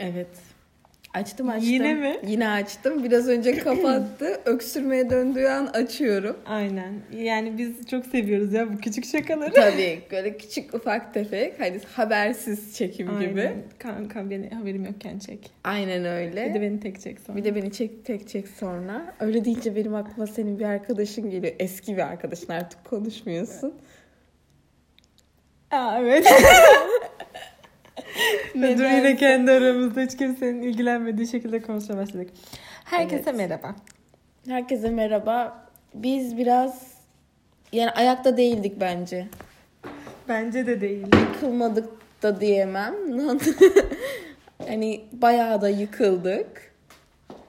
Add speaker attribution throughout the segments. Speaker 1: Evet. Açtım açtım.
Speaker 2: Yine mi?
Speaker 1: Yine açtım. Biraz önce kapattı. Öksürmeye döndüğü an açıyorum.
Speaker 2: Aynen. Yani biz çok seviyoruz ya bu küçük şakaları.
Speaker 1: Tabii böyle küçük ufak tefek hani habersiz çekim gibi.
Speaker 2: Aynen. Kanka beni haberim yokken çek.
Speaker 1: Aynen öyle.
Speaker 2: E? Bir de beni tek çek sonra.
Speaker 1: Bir de beni çek tek çek sonra. Öyle deyince benim aklıma senin bir arkadaşın geliyor. Eski bir arkadaşın artık konuşmuyorsun.
Speaker 2: Aa, evet. Dur
Speaker 1: Nedense.
Speaker 2: yine kendi aramızda hiç kimsenin ilgilenmediği şekilde konuşmaya başladık. Herkese
Speaker 1: Evet.
Speaker 2: merhaba.
Speaker 1: Herkese merhaba. Biz biraz yani ayakta değildik bence.
Speaker 2: Bence de değil.
Speaker 1: Yıkılmadık da diyemem. hani bayağı da yıkıldık.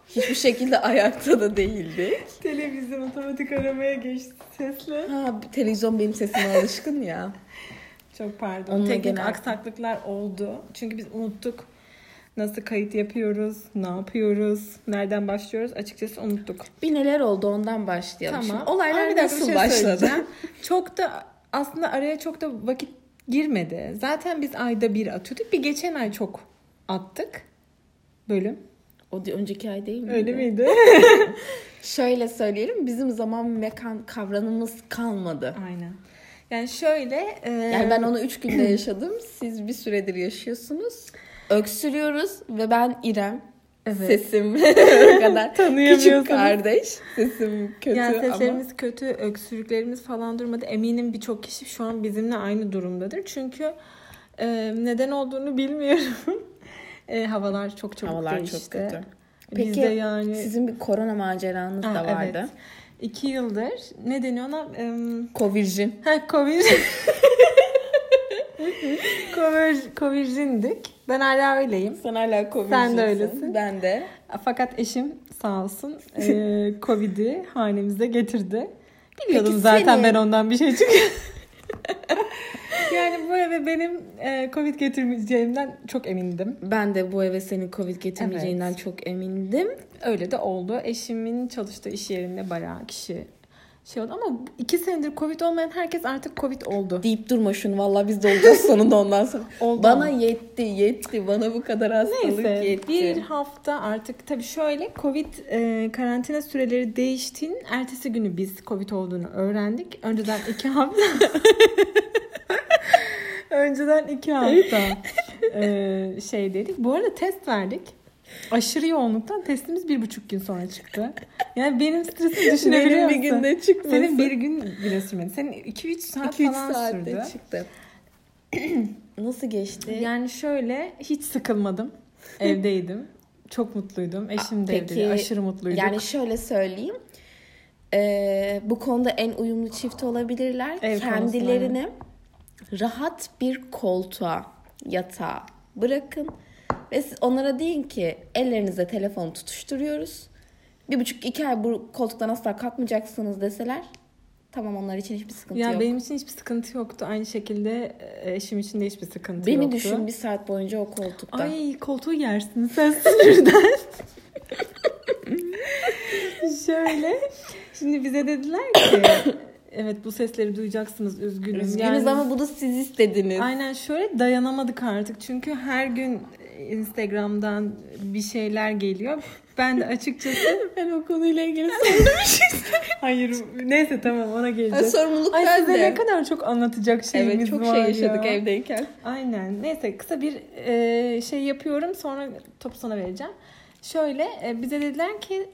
Speaker 1: Hiçbir şekilde ayakta da değildik.
Speaker 2: Televizyon otomatik aramaya geçti sesle.
Speaker 1: Ha televizyon benim sesime alışkın ya.
Speaker 2: Çok pardon.
Speaker 1: Onunla
Speaker 2: Teknik
Speaker 1: genel-
Speaker 2: aksaklıklar oldu. Çünkü biz unuttuk nasıl kayıt yapıyoruz, ne yapıyoruz, nereden başlıyoruz açıkçası unuttuk.
Speaker 1: Bir neler oldu ondan başlayalım. Şimdi
Speaker 2: Aa,
Speaker 1: olaylar
Speaker 2: bir dakika,
Speaker 1: nasıl
Speaker 2: bir şey
Speaker 1: başladı?
Speaker 2: söyleyeceğim. Çok da aslında araya çok da vakit girmedi. Zaten biz ayda bir atıyorduk. Bir geçen ay çok attık bölüm.
Speaker 1: O di- önceki ay değil mi?
Speaker 2: Öyle miydi?
Speaker 1: Şöyle söyleyelim bizim zaman mekan kavramımız kalmadı.
Speaker 2: Aynen. Yani şöyle e,
Speaker 1: Yani ben onu 3 günde yaşadım. Siz bir süredir yaşıyorsunuz. Öksürüyoruz ve ben İrem.
Speaker 2: Evet.
Speaker 1: Sesim o kadar.
Speaker 2: Tanıyamıyorsunuz.
Speaker 1: Küçük kardeş. Sesim kötü
Speaker 2: yani
Speaker 1: ama.
Speaker 2: seslerimiz kötü, öksürüklerimiz falan durmadı. Eminim birçok kişi şu an bizimle aynı durumdadır. Çünkü e, neden olduğunu bilmiyorum. E, havalar çok çabuk
Speaker 1: Havalar
Speaker 2: değişti.
Speaker 1: çok kötü.
Speaker 2: Peki,
Speaker 1: Peki,
Speaker 2: Bizde yani
Speaker 1: Sizin bir korona maceranız
Speaker 2: Ha,
Speaker 1: da
Speaker 2: evet.
Speaker 1: vardı.
Speaker 2: iki yıldır ne deniyor ona? Em,
Speaker 1: Covirgin.
Speaker 2: Ha Covid. Covid Covid'indik. Ben hala öyleyim.
Speaker 1: Sen hala covirginsin.
Speaker 2: Sen de öylesin.
Speaker 1: Ben de.
Speaker 2: Fakat eşim sağ olsun eee, Covid'i hanemize getirdi. Biliyordum
Speaker 1: Peki
Speaker 2: zaten
Speaker 1: seni-
Speaker 2: ben ondan bir şey çıkıyor. yani bu eve benim eee, Covid getirmeyeceğimden çok emindim.
Speaker 1: Ben de bu eve senin covid getirmeyeceğinden
Speaker 2: Evet.
Speaker 1: çok emindim.
Speaker 2: Öyle de oldu. Eşimin çalıştığı iş yerinde bayağı kişi şey oldu. Ama iki senedir Covid olmayan herkes artık Covid oldu.
Speaker 1: Deyip durma şunu vallahi biz de olacağız sonunda ondan sonra.
Speaker 2: Oldu
Speaker 1: Bana
Speaker 2: ama.
Speaker 1: yetti yetti. Bana bu kadar hastalık
Speaker 2: Neyse
Speaker 1: yetti.
Speaker 2: bir hafta artık tabii şöyle Covid e, karantina süreleri değiştiğin ertesi günü biz Covid olduğunu öğrendik. Önceden iki hafta. Önceden iki hafta e, şey dedik. Bu arada test verdik. Aşırı yoğunluktan testimiz bir buçuk gün sonra çıktı. Yani benim stresim
Speaker 1: Benim
Speaker 2: düşünebiliyor
Speaker 1: bir
Speaker 2: musun?
Speaker 1: günde çıkmasın.
Speaker 2: Senin bir gün bile sürmedi. Senin iki üç saat
Speaker 1: 2-3
Speaker 2: falan
Speaker 1: saatte
Speaker 2: sürdü.
Speaker 1: çıktı. Nasıl geçti?
Speaker 2: Yani şöyle hiç sıkılmadım. Evdeydim. Çok mutluydum. Eşim de
Speaker 1: Peki,
Speaker 2: evdeydi. Aşırı mutluyduk.
Speaker 1: Yani şöyle söyleyeyim. Ee, bu konuda en uyumlu çift olabilirler.
Speaker 2: Ev
Speaker 1: Kendilerini rahat bir koltuğa, yatağa bırakın. Ve siz onlara deyin ki ellerinize telefonu tutuşturuyoruz. Bir buçuk iki ay bu koltuktan asla kalkmayacaksınız deseler. Tamam onlar için hiçbir sıkıntı
Speaker 2: ya
Speaker 1: yok.
Speaker 2: benim için hiçbir sıkıntı yoktu. Aynı şekilde e, eşim için de hiçbir sıkıntı
Speaker 1: Beni
Speaker 2: yoktu.
Speaker 1: düşün bir saat boyunca o koltukta.
Speaker 2: Ay koltuğu yersin sen sinirden. Şöyle. Şimdi bize dediler ki evet bu sesleri duyacaksınız üzgünüm.
Speaker 1: Üzgünüz
Speaker 2: Yani-
Speaker 1: ama bu da siz istediniz.
Speaker 2: Aynen şöyle dayanamadık artık. Çünkü her gün Instagram'dan bir şeyler geliyor. Ben de açıkçası
Speaker 1: Ben o konuyla ilgili
Speaker 2: Hayır neyse tamam ona geleceğiz.
Speaker 1: sorumluluk
Speaker 2: Ay size
Speaker 1: bende.
Speaker 2: ne kadar çok anlatacak şeyimiz
Speaker 1: Evet çok
Speaker 2: var
Speaker 1: şey yaşadık
Speaker 2: ya.
Speaker 1: evdeyken.
Speaker 2: Aynen neyse kısa bir e, şey yapıyorum sonra topu sana vereceğim. Şöyle e, bize dediler ki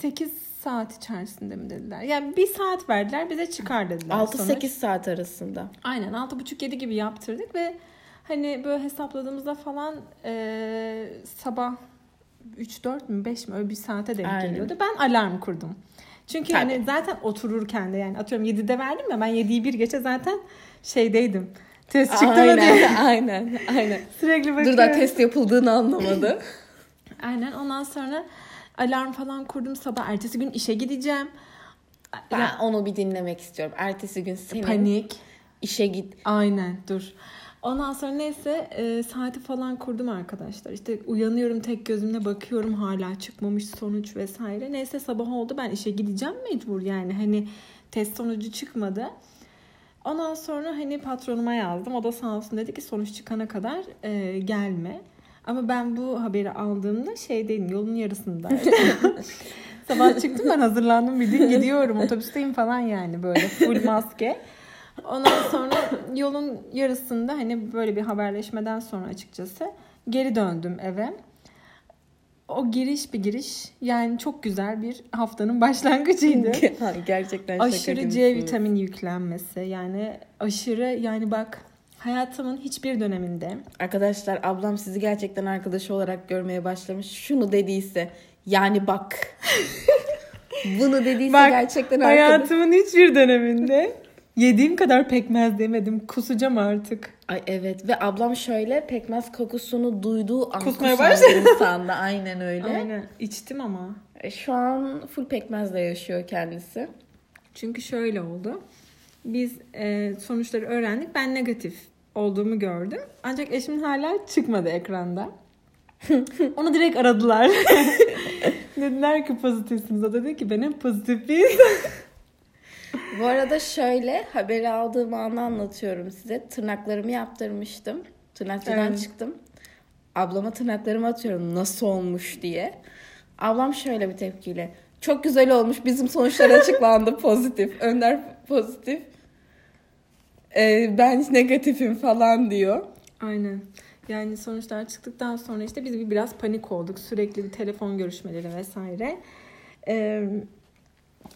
Speaker 2: 8 saat içerisinde mi dediler. Yani bir saat verdiler bize çıkar dediler. sonuç.
Speaker 1: 6-8 saat arasında.
Speaker 2: Aynen 6.30-7 gibi yaptırdık ve hani böyle hesapladığımızda falan e, sabah 3-4 mü 5 mi öyle bir saate denk
Speaker 1: Aynen.
Speaker 2: geliyordu. Ben alarm kurdum. Çünkü
Speaker 1: Tabii.
Speaker 2: hani zaten otururken de yani atıyorum 7'de verdim ya ben 7'yi bir geçe zaten şeydeydim. Test çıktı mı diye
Speaker 1: aynen, aynen, aynen.
Speaker 2: sürekli bakıyorum.
Speaker 1: Dur da test yapıldığını anlamadı.
Speaker 2: Aynen ondan sonra alarm falan kurdum sabah ertesi gün işe gideceğim.
Speaker 1: ben
Speaker 2: Ya,
Speaker 1: onu bir dinlemek istiyorum. Ertesi gün senin
Speaker 2: panik.
Speaker 1: işe git.
Speaker 2: Aynen dur. Ondan sonra neyse e, saati falan kurdum arkadaşlar. İşte uyanıyorum tek gözümle bakıyorum hala çıkmamış sonuç vesaire. Neyse sabah oldu ben işe gideceğim mecbur yani hani test sonucu çıkmadı. Ondan sonra hani patronuma yazdım. O da sağ olsun dedi ki sonuç çıkana kadar e, gelme. Ama ben bu haberi aldığımda şeydeydim yolun yarısındaydım. Sabah çıktım ben hazırlandım bildiğin gidiyorum otobüsteyim falan yani böyle full maske. Ondan sonra yolun yarısında hani böyle bir haberleşmeden sonra açıkçası geri döndüm eve. O giriş bir giriş yani çok güzel bir haftanın başlangıcıydı.
Speaker 1: Ha, Gerçekten şaka
Speaker 2: aşırı C
Speaker 1: gibisiniz.
Speaker 2: vitamini yüklenmesi yani aşırı yani bak hayatımın hiçbir döneminde
Speaker 1: Arkadaşlar ablam sizi gerçekten arkadaşı olarak görmeye başlamış. Şunu dediyse yani bak. Bunu dediyse
Speaker 2: Bak,
Speaker 1: gerçekten arkadaş.
Speaker 2: hayatımın hiçbir döneminde yediğim kadar pekmez demedim kusacağım artık.
Speaker 1: Ay evet ve ablam şöyle pekmez kokusunu duyduğu an
Speaker 2: Kusmaya
Speaker 1: kusan
Speaker 2: başladı.
Speaker 1: bir insandı. Aynen öyle.
Speaker 2: Aynen içtim ama.
Speaker 1: E, Şu an full pekmezle yaşıyor kendisi.
Speaker 2: Çünkü şöyle oldu. Biz e, sonuçları öğrendik. Ben negatif olduğumu gördüm. Ancak eşim hala çıkmadı ekranda. Onu direkt aradılar. Dediler ki pozitifsiniz. O dedi ki benim pozitif bir
Speaker 1: Bu arada şöyle haberi aldığım anı anlatıyorum size. Tırnaklarımı yaptırmıştım. Tırnakçıdan
Speaker 2: Evet.
Speaker 1: çıktım. Ablama tırnaklarımı atıyorum nasıl olmuş diye. Ablam şöyle bir tepkiyle. Çok güzel olmuş bizim sonuçlar açıklandı pozitif. Önder pozitif. Ee, ben negatifim falan diyor.
Speaker 2: Aynen. Yani sonuçlar çıktıktan sonra işte biz bir biraz panik olduk. Sürekli bir telefon görüşmeleri vesaire. Ee,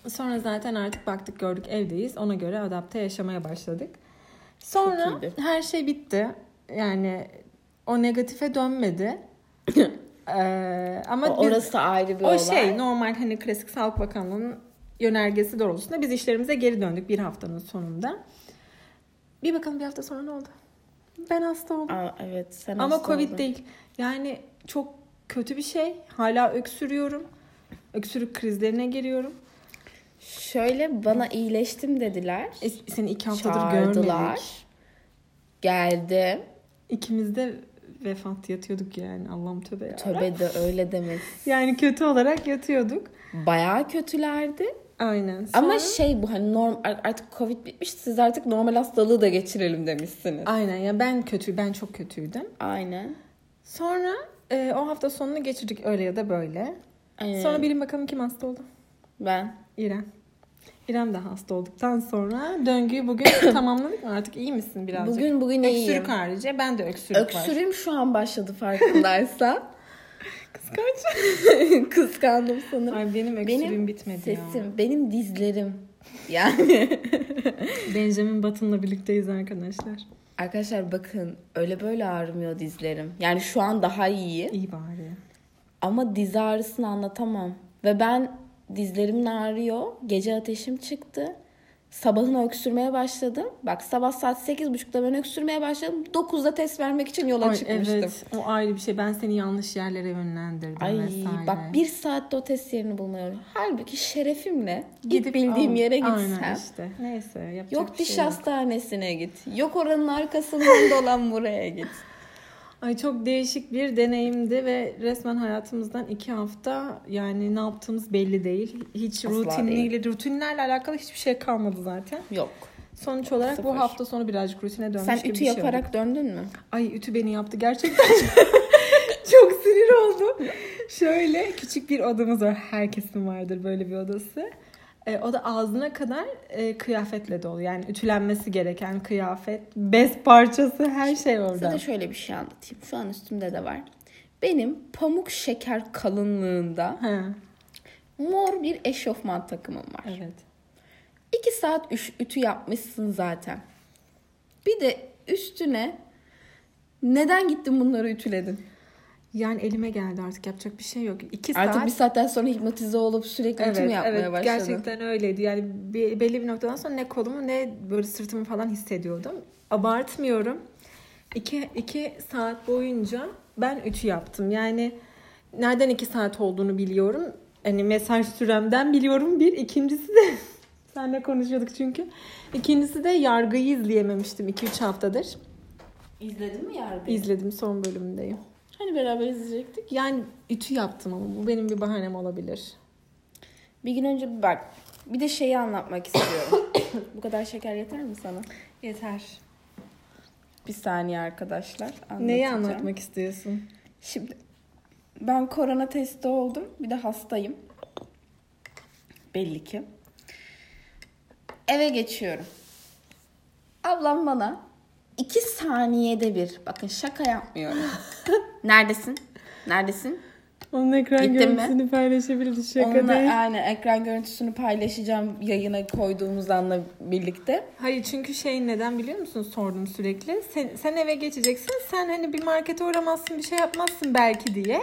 Speaker 2: sonra zaten artık baktık gördük evdeyiz. Ona göre adapte yaşamaya başladık. Sonra
Speaker 1: iyiydi.
Speaker 2: her şey bitti. Yani o negatife dönmedi. Ee, ama
Speaker 1: O-
Speaker 2: biz-
Speaker 1: orası ayrı bir
Speaker 2: o
Speaker 1: olay.
Speaker 2: şey normal hani klasik Sağlık Bakanlığı'nın yönergesi doğrultusunda biz işlerimize geri döndük bir haftanın sonunda. Bir bakalım bir hafta sonra ne oldu? Ben hasta oldum.
Speaker 1: Aa, evet sen
Speaker 2: Ama
Speaker 1: hasta
Speaker 2: Covid
Speaker 1: oldun.
Speaker 2: değil. Yani çok kötü bir şey. Hala öksürüyorum. Öksürük krizlerine giriyorum.
Speaker 1: Şöyle bana iyileştim dediler.
Speaker 2: E, seni iki haftadır
Speaker 1: Çağırdılar.
Speaker 2: görmedik.
Speaker 1: Geldim.
Speaker 2: İkimiz de vefat yatıyorduk yani. Allah'ım tövbe ya.
Speaker 1: Töbe de öyle demesin.
Speaker 2: Yani kötü olarak yatıyorduk.
Speaker 1: Bayağı kötülerdi.
Speaker 2: Aynen.
Speaker 1: Ama
Speaker 2: Sonra-
Speaker 1: şey bu hani norm ar- artık Covid bitmiş siz artık normal hastalığı da geçirelim demişsiniz.
Speaker 2: Aynen ya ben kötü, ben çok kötüydüm.
Speaker 1: Aynen.
Speaker 2: Sonra e, o hafta sonunu geçirdik öyle ya da böyle.
Speaker 1: Aynen.
Speaker 2: Sonra bilin bakalım kim hasta oldu?
Speaker 1: ben
Speaker 2: İrem. İrem de hasta olduktan sonra döngüyü bugün tamamladık mı? Artık iyi misin birazcık?
Speaker 1: bugün bugün iyiyim.
Speaker 2: Öksürük harici ben de öksürük var.
Speaker 1: Öksürüğüm şu an başladı farkındaysan.
Speaker 2: Kıskanç.
Speaker 1: Kıskandım sanırım.
Speaker 2: Ay benim öksürüğüm
Speaker 1: benim
Speaker 2: bitmedi
Speaker 1: sesim, benim dizlerim. Yani
Speaker 2: ya. Benjamin Batın'la birlikteyiz arkadaşlar.
Speaker 1: arkadaşlar bakın öyle böyle ağrımıyor dizlerim. Yani şu an daha iyi.
Speaker 2: İyi bari.
Speaker 1: Ama diz ağrısını anlatamam. Ve ben dizlerimin ağrıyor. Gece ateşim çıktı. Sabahın öksürmeye başladım. Bak sabah saat 8.30'da ben öksürmeye başladım. 9'da test vermek için yola
Speaker 2: Ay,
Speaker 1: çıkmıştım.
Speaker 2: evet o ayrı bir şey. Ben seni yanlış yerlere yönlendirdim
Speaker 1: Ay
Speaker 2: vesaire.
Speaker 1: bak bir saatte o test yerini bulmuyorum. Halbuki şerefimle gidip
Speaker 2: Gidip
Speaker 1: bildiğim
Speaker 2: al.
Speaker 1: yere
Speaker 2: Aynen
Speaker 1: gitsem.
Speaker 2: işte. Neyse yapacak
Speaker 1: Yok
Speaker 2: bir
Speaker 1: diş
Speaker 2: şey
Speaker 1: hastanesine git. Yok oranın arkasından dolan buraya git.
Speaker 2: Ay çok değişik bir deneyimdi ve resmen hayatımızdan iki hafta yani ne yaptığımız belli değil. Hiç
Speaker 1: Asla
Speaker 2: rutinliyle, rutinlerle alakalı hiçbir şey kalmadı zaten.
Speaker 1: Yok.
Speaker 2: Sonuç olarak
Speaker 1: Sıfır.
Speaker 2: bu hafta sonu birazcık rutine dönmüş
Speaker 1: Sen
Speaker 2: gibi
Speaker 1: ütü
Speaker 2: bir şey
Speaker 1: yaparak
Speaker 2: oldu.
Speaker 1: döndün mü?
Speaker 2: Ay ütü beni yaptı gerçekten. çok sinir oldum. Şöyle küçük bir odamız var. Herkesin vardır böyle bir odası. E, o da ağzına kadar e, kıyafetle dolu. Yani ütülenmesi gereken kıyafet, bez parçası her şey orada.
Speaker 1: Sana şöyle bir şey anlatayım. Şu an üstümde de var. Benim pamuk şeker kalınlığında
Speaker 2: Ha,
Speaker 1: mor bir eşofman takımım var.
Speaker 2: evet.
Speaker 1: 2 saat üş- ütü yapmışsın zaten. Bir de üstüne neden gittin bunları ütüledin?
Speaker 2: Yani elime geldi artık yapacak bir şey yok. İki
Speaker 1: Artık
Speaker 2: saat.
Speaker 1: bir saatten sonra hipnotize olup sürekli ütü mü yapmaya
Speaker 2: evet,
Speaker 1: başladın?
Speaker 2: Gerçekten öyleydi. Yani be- belli bir noktadan sonra ne kolumu ne böyle sırtımı falan hissediyordum. Abartmıyorum. İki, iki saat boyunca ben ütü yaptım. Yani nereden iki saat olduğunu biliyorum. Hani mesaj süremden biliyorum bir. İkincisi de senle konuşuyorduk çünkü. İkincisi de yargıyı izleyememiştim 2-3 haftadır.
Speaker 1: İzledin mi yargıyı?
Speaker 2: İzledim son bölümündeyim.
Speaker 1: Hani beraber izleyecektik.
Speaker 2: Yani ütü yaptım ama bu benim bir bahanem olabilir.
Speaker 1: Bir gün önce bir bak. Bir de şeyi anlatmak istiyorum. Bu kadar şeker yeter mi sana?
Speaker 2: Yeter.
Speaker 1: Bir saniye arkadaşlar.
Speaker 2: Neyi
Speaker 1: anlatacağım.
Speaker 2: anlatmak istiyorsun?
Speaker 1: Şimdi ben korona testi oldum. Bir de hastayım. Belli ki. Eve geçiyorum. Ablam bana iki saniyede bir, bakın şaka yapmıyorum. Neredesin? Neredesin?
Speaker 2: Onun ekran
Speaker 1: Gittin mi?
Speaker 2: görüntüsünü paylaşabiliriz şaka
Speaker 1: Onunla
Speaker 2: değil.
Speaker 1: yani ekran görüntüsünü paylaşacağım yayına koyduğumuz anla birlikte.
Speaker 2: Hayır çünkü şey neden biliyor musun sordum sürekli. Sen, sen eve geçeceksin. Sen hani bir markete uğramazsın bir şey yapmazsın belki diye.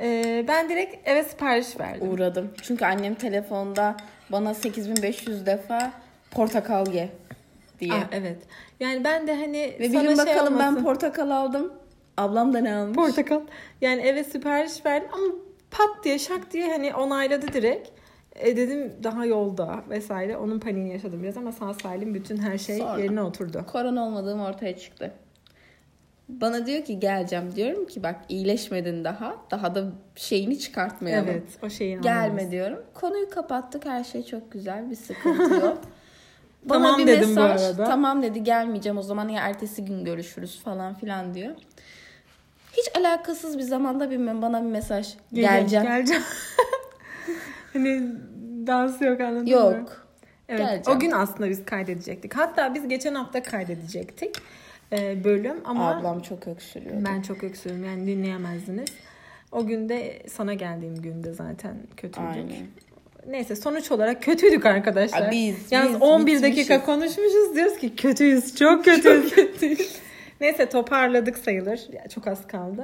Speaker 2: Ee, ben direkt eve sipariş verdim.
Speaker 1: Uğradım. Çünkü annem telefonda bana 8500 defa portakal ye diye.
Speaker 2: Aa, evet. Yani ben de hani
Speaker 1: Ve
Speaker 2: sana
Speaker 1: bilin
Speaker 2: şey
Speaker 1: bakalım ben
Speaker 2: olmasın.
Speaker 1: portakal aldım. Ablam da ne almış?
Speaker 2: portakal. Yani eve sipariş verdim ama pat diye şak diye hani onayladı direkt. E dedim daha yolda vesaire. Onun paniğini yaşadım biraz ama sağ salim bütün her şey
Speaker 1: Sonra.
Speaker 2: yerine oturdu.
Speaker 1: Korona olmadığım ortaya çıktı. Bana diyor ki geleceğim. Diyorum ki bak iyileşmedin daha. Daha da şeyini çıkartmayalım.
Speaker 2: Evet, o şeyin anlamı.
Speaker 1: Gelme diyorum. Konuyu kapattık. Her şey çok güzel. Bir sıkıntı yok. Bana
Speaker 2: Tamam
Speaker 1: bir
Speaker 2: dedim bu
Speaker 1: mesaj.
Speaker 2: arada.
Speaker 1: Tamam dedi gelmeyeceğim o zaman ya ertesi gün görüşürüz falan filan diyor. Hiç alakasız bir zamanda bir bana bir mesaj. Geleceğim.
Speaker 2: Geleceğim. hani dans yok anladın mı?
Speaker 1: Yok.
Speaker 2: Evet.
Speaker 1: Geleceğim.
Speaker 2: O gün aslında biz kaydedecektik. Hatta biz geçen hafta kaydedecektik e, bölüm ama
Speaker 1: Ablam çok öksürüyor.
Speaker 2: ben çok öksürüm yani dinleyemezdiniz. O gün de sana geldiğim günde zaten kötüydük.
Speaker 1: Aynen.
Speaker 2: Neyse sonuç olarak kötüydük arkadaşlar.
Speaker 1: Ay biz-
Speaker 2: Yalnız
Speaker 1: biz
Speaker 2: 11
Speaker 1: bitmişiz.
Speaker 2: dakika konuşmuşuz diyoruz ki kötüyüz çok kötüyüz. Neyse toparladık sayılır. Ya, çok az kaldı.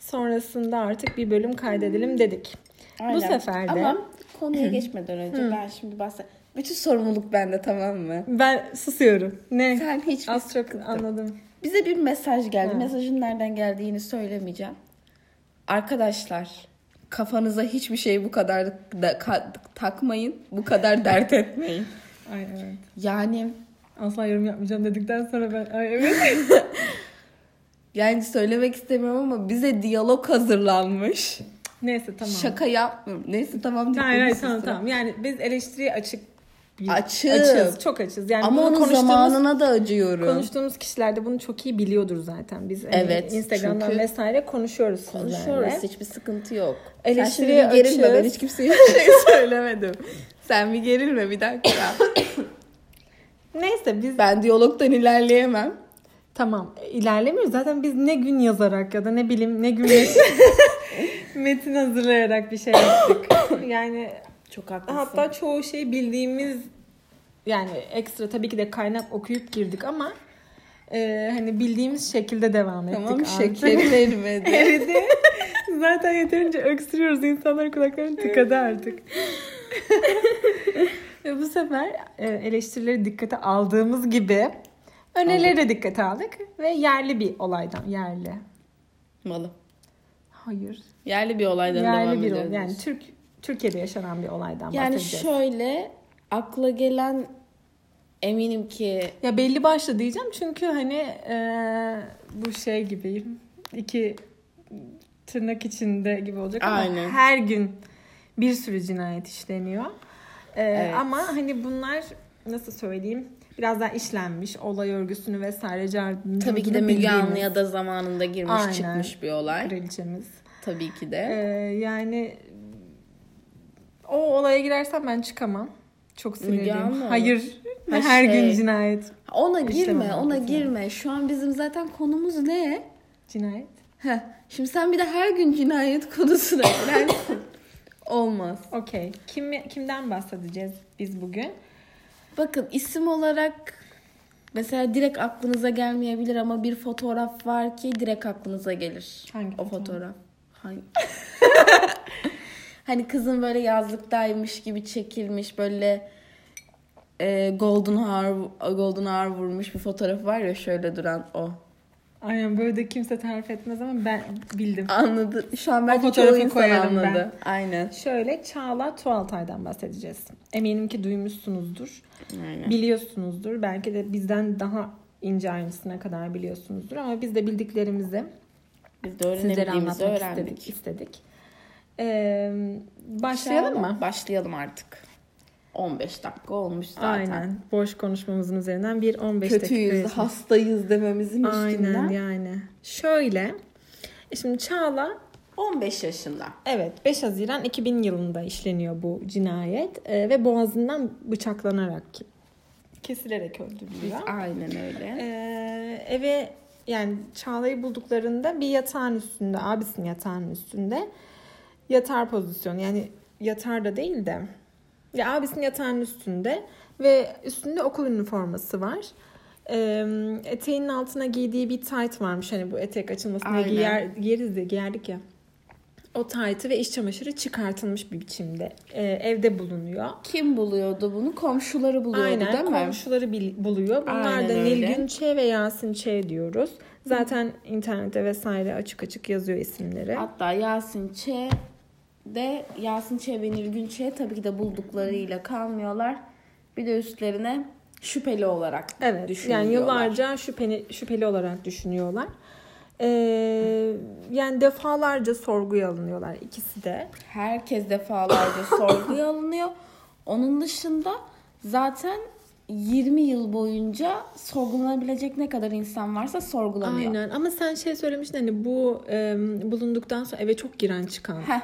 Speaker 2: Sonrasında artık bir bölüm kaydedelim dedik.
Speaker 1: Aynen.
Speaker 2: Bu sefer de
Speaker 1: Ama konuya geçmeden önce ben şimdi bahset. Bütün sorumluluk bende tamam mı?
Speaker 2: ben susuyorum. Ne?
Speaker 1: Sen hiç
Speaker 2: az çok anladım.
Speaker 1: Bize bir mesaj geldi.
Speaker 2: Hı.
Speaker 1: Mesajın nereden geldiğini söylemeyeceğim. Arkadaşlar kafanıza hiçbir şey bu kadar da, ka- takmayın. Bu kadar dert etmeyin.
Speaker 2: Ay evet.
Speaker 1: Yani
Speaker 2: Asla yorum yapmayacağım dedikten sonra ben ay evet.
Speaker 1: yani söylemek istemiyorum ama bize diyalog hazırlanmış.
Speaker 2: Neyse tamam.
Speaker 1: Şaka yapmıyorum. Neyse tamam.
Speaker 2: Hayır hayır
Speaker 1: dikkat
Speaker 2: tamam
Speaker 1: edin.
Speaker 2: tamam. Yani biz eleştiriye açık bir-
Speaker 1: Açız.
Speaker 2: açız. Çok açız. Yani
Speaker 1: Ama
Speaker 2: bunu
Speaker 1: onun
Speaker 2: konuştuğumuz
Speaker 1: zamanına da acıyorum.
Speaker 2: Konuştuğumuz kişiler de bunu çok iyi biliyordur zaten. Biz hani
Speaker 1: Evet,
Speaker 2: Instagram'dan
Speaker 1: çünkü-
Speaker 2: vesaire konuşuyoruz sizlerle.
Speaker 1: Konuşuyoruz. Hiçbir sıkıntı yok.
Speaker 2: Eleştiriye
Speaker 1: Sen şimdi bir gerilme. Ben
Speaker 2: açığız.
Speaker 1: hiç kimseye bir şey söylemedim. Sen bir gerilme bir dakika.
Speaker 2: Neyse biz
Speaker 1: ben diyalogdan ilerleyemem.
Speaker 2: tamam ilerlemiyoruz. Zaten biz ne gün yazarak ya da ne bileyim ne gün metin, metin hazırlayarak bir şey yaptık. Yani
Speaker 1: Çok haklısın.
Speaker 2: hatta çoğu şey bildiğimiz yani ekstra tabii ki de kaynak okuyup girdik ama e, hani bildiğimiz şekilde devam ettik.
Speaker 1: tamam
Speaker 2: artık.
Speaker 1: şekerim erimedi.
Speaker 2: Eridi. Zaten yeterince öksürüyoruz. İnsanlar kulaklarını tıkadı artık. Ve bu sefer e, eleştirileri dikkate aldığımız gibi önerileri de dikkate aldık. Ve yerli bir olaydan. Yerli.
Speaker 1: Malı.
Speaker 2: Hayır.
Speaker 1: Yerli bir olaydan devam
Speaker 2: yerli bir
Speaker 1: ediyoruz.
Speaker 2: olay. Yani Türk Türkiye'de yaşanan bir olaydan
Speaker 1: yani
Speaker 2: bahsedeceğiz.
Speaker 1: şöyle akla gelen eminim ki
Speaker 2: Ya belli başlı diyeceğim çünkü hani e, bu şey gibiyim. iki tırnak içinde gibi olacak ama
Speaker 1: Aynen.
Speaker 2: her gün bir sürü cinayet işleniyor. E,
Speaker 1: Evet.
Speaker 2: Ama hani bunlar nasıl söyleyeyim biraz daha işlenmiş olay örgüsünü vesaire cardını
Speaker 1: tabii ki de
Speaker 2: curdunu
Speaker 1: Müge
Speaker 2: bildiğimiz
Speaker 1: Anlı'ya da zamanında girmiş
Speaker 2: Aynen.
Speaker 1: çıkmış bir olay.
Speaker 2: kraliçemiz.
Speaker 1: Tabii ki
Speaker 2: E,
Speaker 1: de.
Speaker 2: yani o olaya girersem ben çıkamam. Çok
Speaker 1: Müge
Speaker 2: sinirliyim.
Speaker 1: Anlı.
Speaker 2: Hayır.
Speaker 1: Ha
Speaker 2: her gün
Speaker 1: şey.
Speaker 2: cinayet.
Speaker 1: Ona girme,
Speaker 2: İşlemem
Speaker 1: ona
Speaker 2: lazım.
Speaker 1: girme. Şu an bizim zaten konumuz ne?
Speaker 2: Cinayet.
Speaker 1: Heh, şimdi sen bir de her gün cinayet konusuna girersin. Olmaz.
Speaker 2: Okey. Kim, kimden bahsedeceğiz biz bugün?
Speaker 1: Bakın isim olarak mesela direkt aklınıza gelmeyebilir ama bir fotoğraf var ki direkt aklınıza gelir.
Speaker 2: Hangi
Speaker 1: o
Speaker 2: fotoğraf?
Speaker 1: fotoğraf? Hangi? hani kızın böyle yazlıktaymış gibi çekilmiş böyle e, golden hour golden hour vurmuş bir fotoğraf var ya şöyle duran o.
Speaker 2: Aynen böyle de kimse tarif etmez ama ben bildim.
Speaker 1: Anladı. Şu an bence çoğu
Speaker 2: fotoğrafı
Speaker 1: insan
Speaker 2: koyarım
Speaker 1: anladı. Aynen.
Speaker 2: Şöyle Çağla Tuğaltay'dan bahsedeceğiz. Eminim ki duymuşsunuzdur.
Speaker 1: Aynen.
Speaker 2: Biliyorsunuzdur. Belki de bizden daha ince ayrıntısına kadar biliyorsunuzdur. Ama biz de bildiklerimizi
Speaker 1: Biz de
Speaker 2: sizlere
Speaker 1: öğrenebildiğimizi
Speaker 2: anlatmak
Speaker 1: öğrendik.
Speaker 2: istedik. istedik. Ee, başlayalım mı?
Speaker 1: Başlayalım artık. 15 dakika olmuş zaten.
Speaker 2: Aynen. Boş konuşmamızın üzerinden bir 15 dakika.
Speaker 1: Kötüyüz,
Speaker 2: geçmiş.
Speaker 1: hastayız dememizin
Speaker 2: Aynen
Speaker 1: üstünden.
Speaker 2: yani. Şöyle e, Şimdi Çağla
Speaker 1: 15 yaşında.
Speaker 2: Evet 5 Haziran 2000 yılında işleniyor bu cinayet e, ve boğazından bıçaklanarak kesilerek öldürülüyor.
Speaker 1: Aynen öyle.
Speaker 2: Ee, eve yani Çağla'yı bulduklarında bir yatağın üstünde, abisinin yatağının üstünde yatar pozisyonu. Yani yatar da değil de ya abisinin yatağının üstünde ve üstünde okul üniforması var. Ee, eteğinin altına giydiği bir tight varmış. Hani bu etek açılmasına
Speaker 1: Aynen.
Speaker 2: giyer, giyeriz de giyerdik ya. O taytı ve iş çamaşırı çıkartılmış bir biçimde ee, evde bulunuyor.
Speaker 1: Kim buluyordu bunu? Komşuları buluyordu
Speaker 2: Aynen
Speaker 1: değil mi?
Speaker 2: komşuları bil- buluyor. Bunlar
Speaker 1: Aynen
Speaker 2: da
Speaker 1: öyle.
Speaker 2: Nilgün Ç ve Yasin Ç diyoruz. Zaten internette vesaire açık açık yazıyor isimleri.
Speaker 1: Hatta Yasin Ç de Yasin Ç ve Nilgün Ç tabii ki de bulduklarıyla kalmıyorlar. Bir de üstlerine şüpheli olarak
Speaker 2: Evet yani
Speaker 1: düşünülüyorlar.
Speaker 2: yıllarca şüpheli, şüpheli olarak düşünüyorlar. Ee, yani defalarca sorguya alınıyorlar ikisi de.
Speaker 1: Herkes defalarca sorguya alınıyor. Onun dışında zaten 20 yıl boyunca sorgulanabilecek ne kadar insan varsa sorgulanıyor.
Speaker 2: Aynen ama sen şey söylemiştin hani bu e, bulunduktan sonra eve çok giren çıkan
Speaker 1: Heh.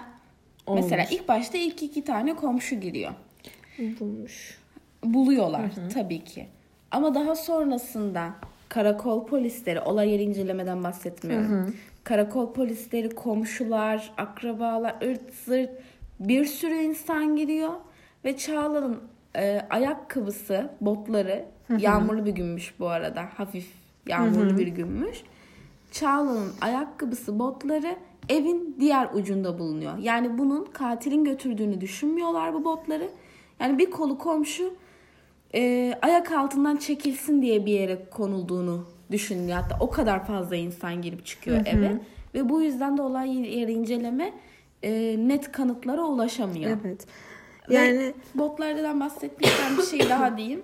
Speaker 2: Olmuş.
Speaker 1: Mesela ilk başta ilk iki tane komşu giriyor.
Speaker 2: bulmuş.
Speaker 1: Buluyorlar tabii ki. Ama daha sonrasında karakol polisleri, olay yeri incelemeden bahsetmiyorum. Karakol polisleri, komşular, akrabalar, ırt zırt bir sürü insan giriyor. Ve Çağla'nın e, ayakkabısı, botları yağmurlu bir günmüş bu arada. Hafif yağmurlu bir günmüş. Çağla'nın ayakkabısı, botları evin diğer ucunda bulunuyor. Yani bunun katilin götürdüğünü düşünmüyorlar bu botları. Yani bir kolu komşu e, ayak altından çekilsin diye bir yere konulduğunu düşünüyor. Hatta o kadar fazla insan girip çıkıyor eve. Ve bu yüzden de olay yeri inceleme e, net kanıtlara ulaşamıyor.
Speaker 2: Evet.
Speaker 1: Yani
Speaker 2: Yani
Speaker 1: botlardan bahsetmişken bir şey daha diyeyim.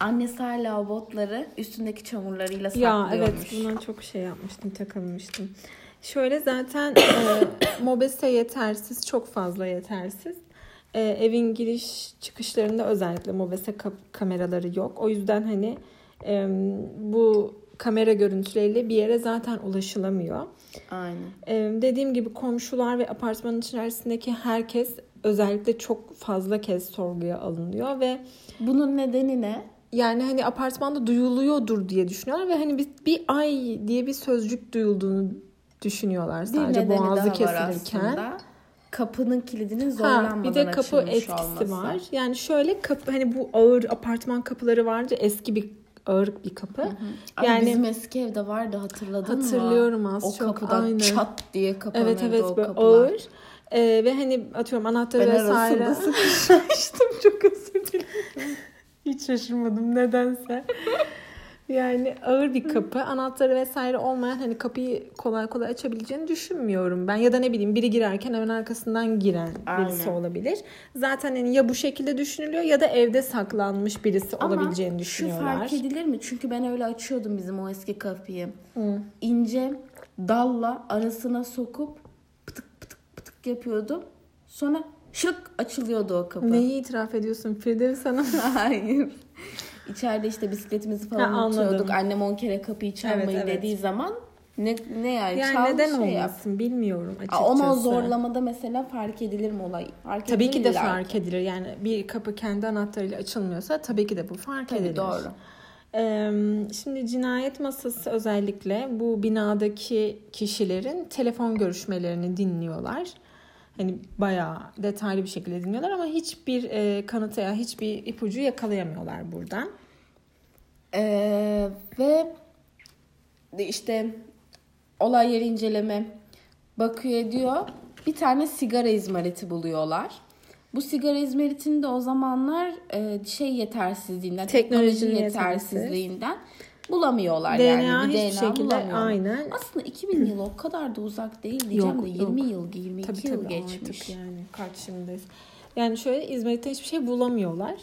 Speaker 1: Annesi hala o botları üstündeki çamurlarıyla
Speaker 2: Ya
Speaker 1: saklıyormuş.
Speaker 2: evet bundan çok şey yapmıştım, takılmıştım. Şöyle zaten e, mobese yetersiz, çok fazla yetersiz. E, evin giriş çıkışlarında özellikle mobese kap- kameraları yok. O yüzden hani e, bu kamera görüntüleriyle bir yere zaten ulaşılamıyor.
Speaker 1: Aynen.
Speaker 2: E, dediğim gibi komşular ve apartmanın içerisindeki herkes özellikle çok fazla kez sorguya alınıyor ve
Speaker 1: Bunun nedeni ne?
Speaker 2: yani hani apartmanda duyuluyordur diye düşünüyorlar ve hani bir, bir ay diye bir sözcük duyulduğunu düşünüyorlar
Speaker 1: Bir
Speaker 2: sadece
Speaker 1: nedeni
Speaker 2: boğazı
Speaker 1: daha var
Speaker 2: kesilirken.
Speaker 1: aslında. Kapının kilidinin
Speaker 2: Ha,
Speaker 1: zorlanmadan
Speaker 2: bir de kapı
Speaker 1: açılmış
Speaker 2: etkisi
Speaker 1: olması.
Speaker 2: var. Yani şöyle kapı hani bu ağır apartman kapıları vardı eski bir ağır bir kapı.
Speaker 1: Ay,
Speaker 2: Yani
Speaker 1: bizim eski evde vardı hatırladın
Speaker 2: Hatırlıyorum
Speaker 1: mı?
Speaker 2: az
Speaker 1: o
Speaker 2: çok,
Speaker 1: kapıdan
Speaker 2: aynen.
Speaker 1: çat diye kapanırdı
Speaker 2: evet evet
Speaker 1: o
Speaker 2: böyle
Speaker 1: kapılar.
Speaker 2: ağır. Ee, ve hani atıyorum anahtarı
Speaker 1: Ben
Speaker 2: vesaire.
Speaker 1: arasında
Speaker 2: sıkışmıştım çok özür dilerim. Hiç şaşırmadım nedense. Yani ağır bir kapı, anahtarı vesaire olmayan hani kapıyı kolay kolay açabileceğini düşünmüyorum ben. Ya da ne bileyim biri girerken hemen arkasından giren birisi
Speaker 1: Aynen.
Speaker 2: olabilir. Zaten hani ya bu şekilde düşünülüyor ya da evde saklanmış birisi
Speaker 1: Ama
Speaker 2: olabileceğini
Speaker 1: Şu
Speaker 2: düşünüyorlar.
Speaker 1: fark edilir mi? Çünkü ben öyle açıyordum bizim o eski kapıyı. İnce dalla arasına sokup pıtık pıtık pıtık yapıyordum. Sonra şık açılıyordu o kapı.
Speaker 2: Neyi itiraf ediyorsun Firdevs Hanım?
Speaker 1: Hayır. İçeride işte bisikletimizi falan
Speaker 2: Ha, anladım.
Speaker 1: unutuyorduk. Annem 10 kere kapıyı çalmayı
Speaker 2: Evet, evet.
Speaker 1: dediği zaman ne, ne yani,
Speaker 2: Yani
Speaker 1: çal
Speaker 2: neden
Speaker 1: şey yap.
Speaker 2: olmasın bilmiyorum açıkçası.
Speaker 1: Aa, Ama o zorlamada mesela fark edilir mi olay? Fark
Speaker 2: Tabii ki de
Speaker 1: edilir illa
Speaker 2: fark edilir. Yani bir kapı kendi anahtarıyla açılmıyorsa tabii ki de bu fark
Speaker 1: Tabii,
Speaker 2: edilir.
Speaker 1: doğru.
Speaker 2: Ee, şimdi cinayet masası özellikle bu binadaki kişilerin telefon görüşmelerini dinliyorlar. Hani bayağı detaylı bir şekilde dinliyorlar ama hiçbir e, kanıta ya hiçbir ipucu yakalayamıyorlar buradan.
Speaker 1: Ee, ve de işte olay yeri inceleme bakıyor ediyor. Bir tane sigara izmariti buluyorlar. Bu sigara izmaritini de o zamanlar e, şey yetersizliğinden, teknoloji,
Speaker 2: Teknolojinin yetersiz.
Speaker 1: yetersizliğinden bulamıyorlar
Speaker 2: DNA
Speaker 1: yani. Bir
Speaker 2: hiçbir şekilde
Speaker 1: bulamıyorlar.
Speaker 2: aynen.
Speaker 1: Aslında 2000 yıl o kadar da uzak değil diyeceğim
Speaker 2: Yok,
Speaker 1: de
Speaker 2: yok.
Speaker 1: 20 yıl, 22
Speaker 2: Tabii
Speaker 1: yıl
Speaker 2: tabii
Speaker 1: geçmiş.
Speaker 2: artık yani kaç şimdi. Yani şöyle İzmir'de hiçbir şey bulamıyorlar.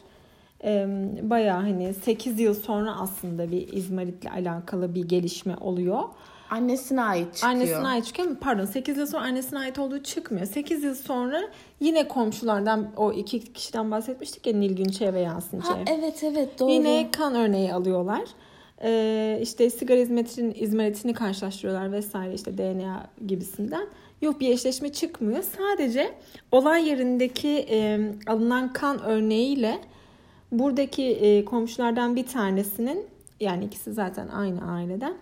Speaker 2: Ee, bayağı hani 8 yıl sonra aslında bir İzmarit'le alakalı bir gelişme oluyor.
Speaker 1: Annesine ait çıkıyor.
Speaker 2: Annesine ait çıkıyor mu? Pardon 8 yıl sonra annesine ait olduğu çıkmıyor. 8 yıl sonra yine komşulardan o iki kişiden bahsetmiştik ya Nilgün Ç ve Yasin Ç.
Speaker 1: Ha evet evet doğru.
Speaker 2: Yine kan örneği alıyorlar. Ee, işte sigara hizmetinin izmaritini karşılaştırıyorlar vesaire işte DNA gibisinden. Yok bir eşleşme çıkmıyor. Sadece olay yerindeki e, alınan kan örneğiyle buradaki e, komşulardan bir tanesinin yani ikisi zaten aynı aileden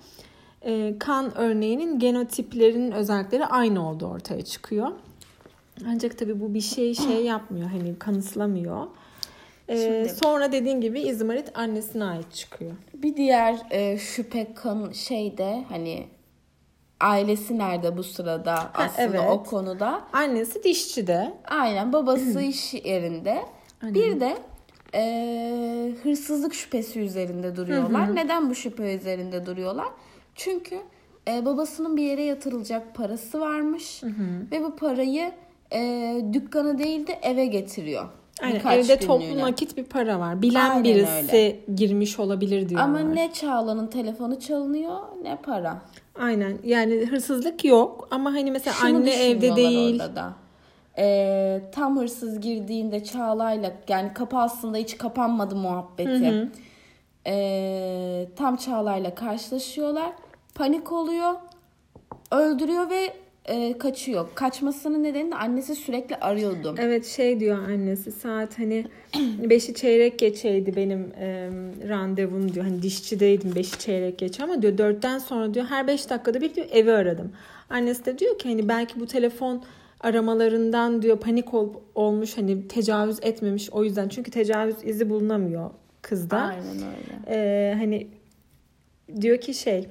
Speaker 2: e, kan örneğinin genotiplerinin özellikleri aynı olduğu ortaya çıkıyor. Ancak tabii bu bir şey şey yapmıyor hani kanıtlamıyor. Ee,
Speaker 1: Şimdi-
Speaker 2: sonra dediğin gibi izmarit annesine ait çıkıyor.
Speaker 1: Bir diğer e, şüphe kan şey de hani ailesi nerede bu sırada aslında
Speaker 2: evet.
Speaker 1: o konuda.
Speaker 2: Annesi dişçi de.
Speaker 1: Aynen babası iş yerinde.
Speaker 2: Aynen.
Speaker 1: Bir de e, hırsızlık şüphesi üzerinde duruyorlar. Neden bu şüphe üzerinde duruyorlar? Çünkü e, babasının bir yere yatırılacak parası varmış ve bu parayı e, dükkana değil de eve getiriyor.
Speaker 2: Aynen,
Speaker 1: Birkaç
Speaker 2: Hani evde toplu
Speaker 1: günlüğüne.
Speaker 2: nakit bir para var. Bilen
Speaker 1: Aynen
Speaker 2: birisi
Speaker 1: öyle.
Speaker 2: girmiş olabilir diyorlar.
Speaker 1: Ama ne Çağla'nın telefonu çalınıyor ne para.
Speaker 2: Aynen. Yani hırsızlık yok ama hani mesela
Speaker 1: Şunu
Speaker 2: anne evde
Speaker 1: düşünüyorlar
Speaker 2: değil.
Speaker 1: orada da. Ee, tam hırsız girdiğinde Çağla'yla yani kapı aslında hiç kapanmadı muhabbeti. Ee, tam Çağla'yla karşılaşıyorlar. Panik oluyor. Öldürüyor ve e, kaçıyor. Kaçmasının nedeni de annesi sürekli arıyordu.
Speaker 2: Evet şey diyor annesi saat hani 5'i çeyrek geçeydi benim e, randevum diyor. Hani dişçideydim 5'i çeyrek geç ama diyor 4'ten sonra diyor her 5 dakikada bir diyor evi aradım. Annesi de diyor ki hani belki bu telefon aramalarından diyor panik ol, olmuş hani tecavüz etmemiş o yüzden. Çünkü tecavüz izi bulunamıyor kızda.
Speaker 1: Aynen öyle.
Speaker 2: Ee, hani diyor ki şey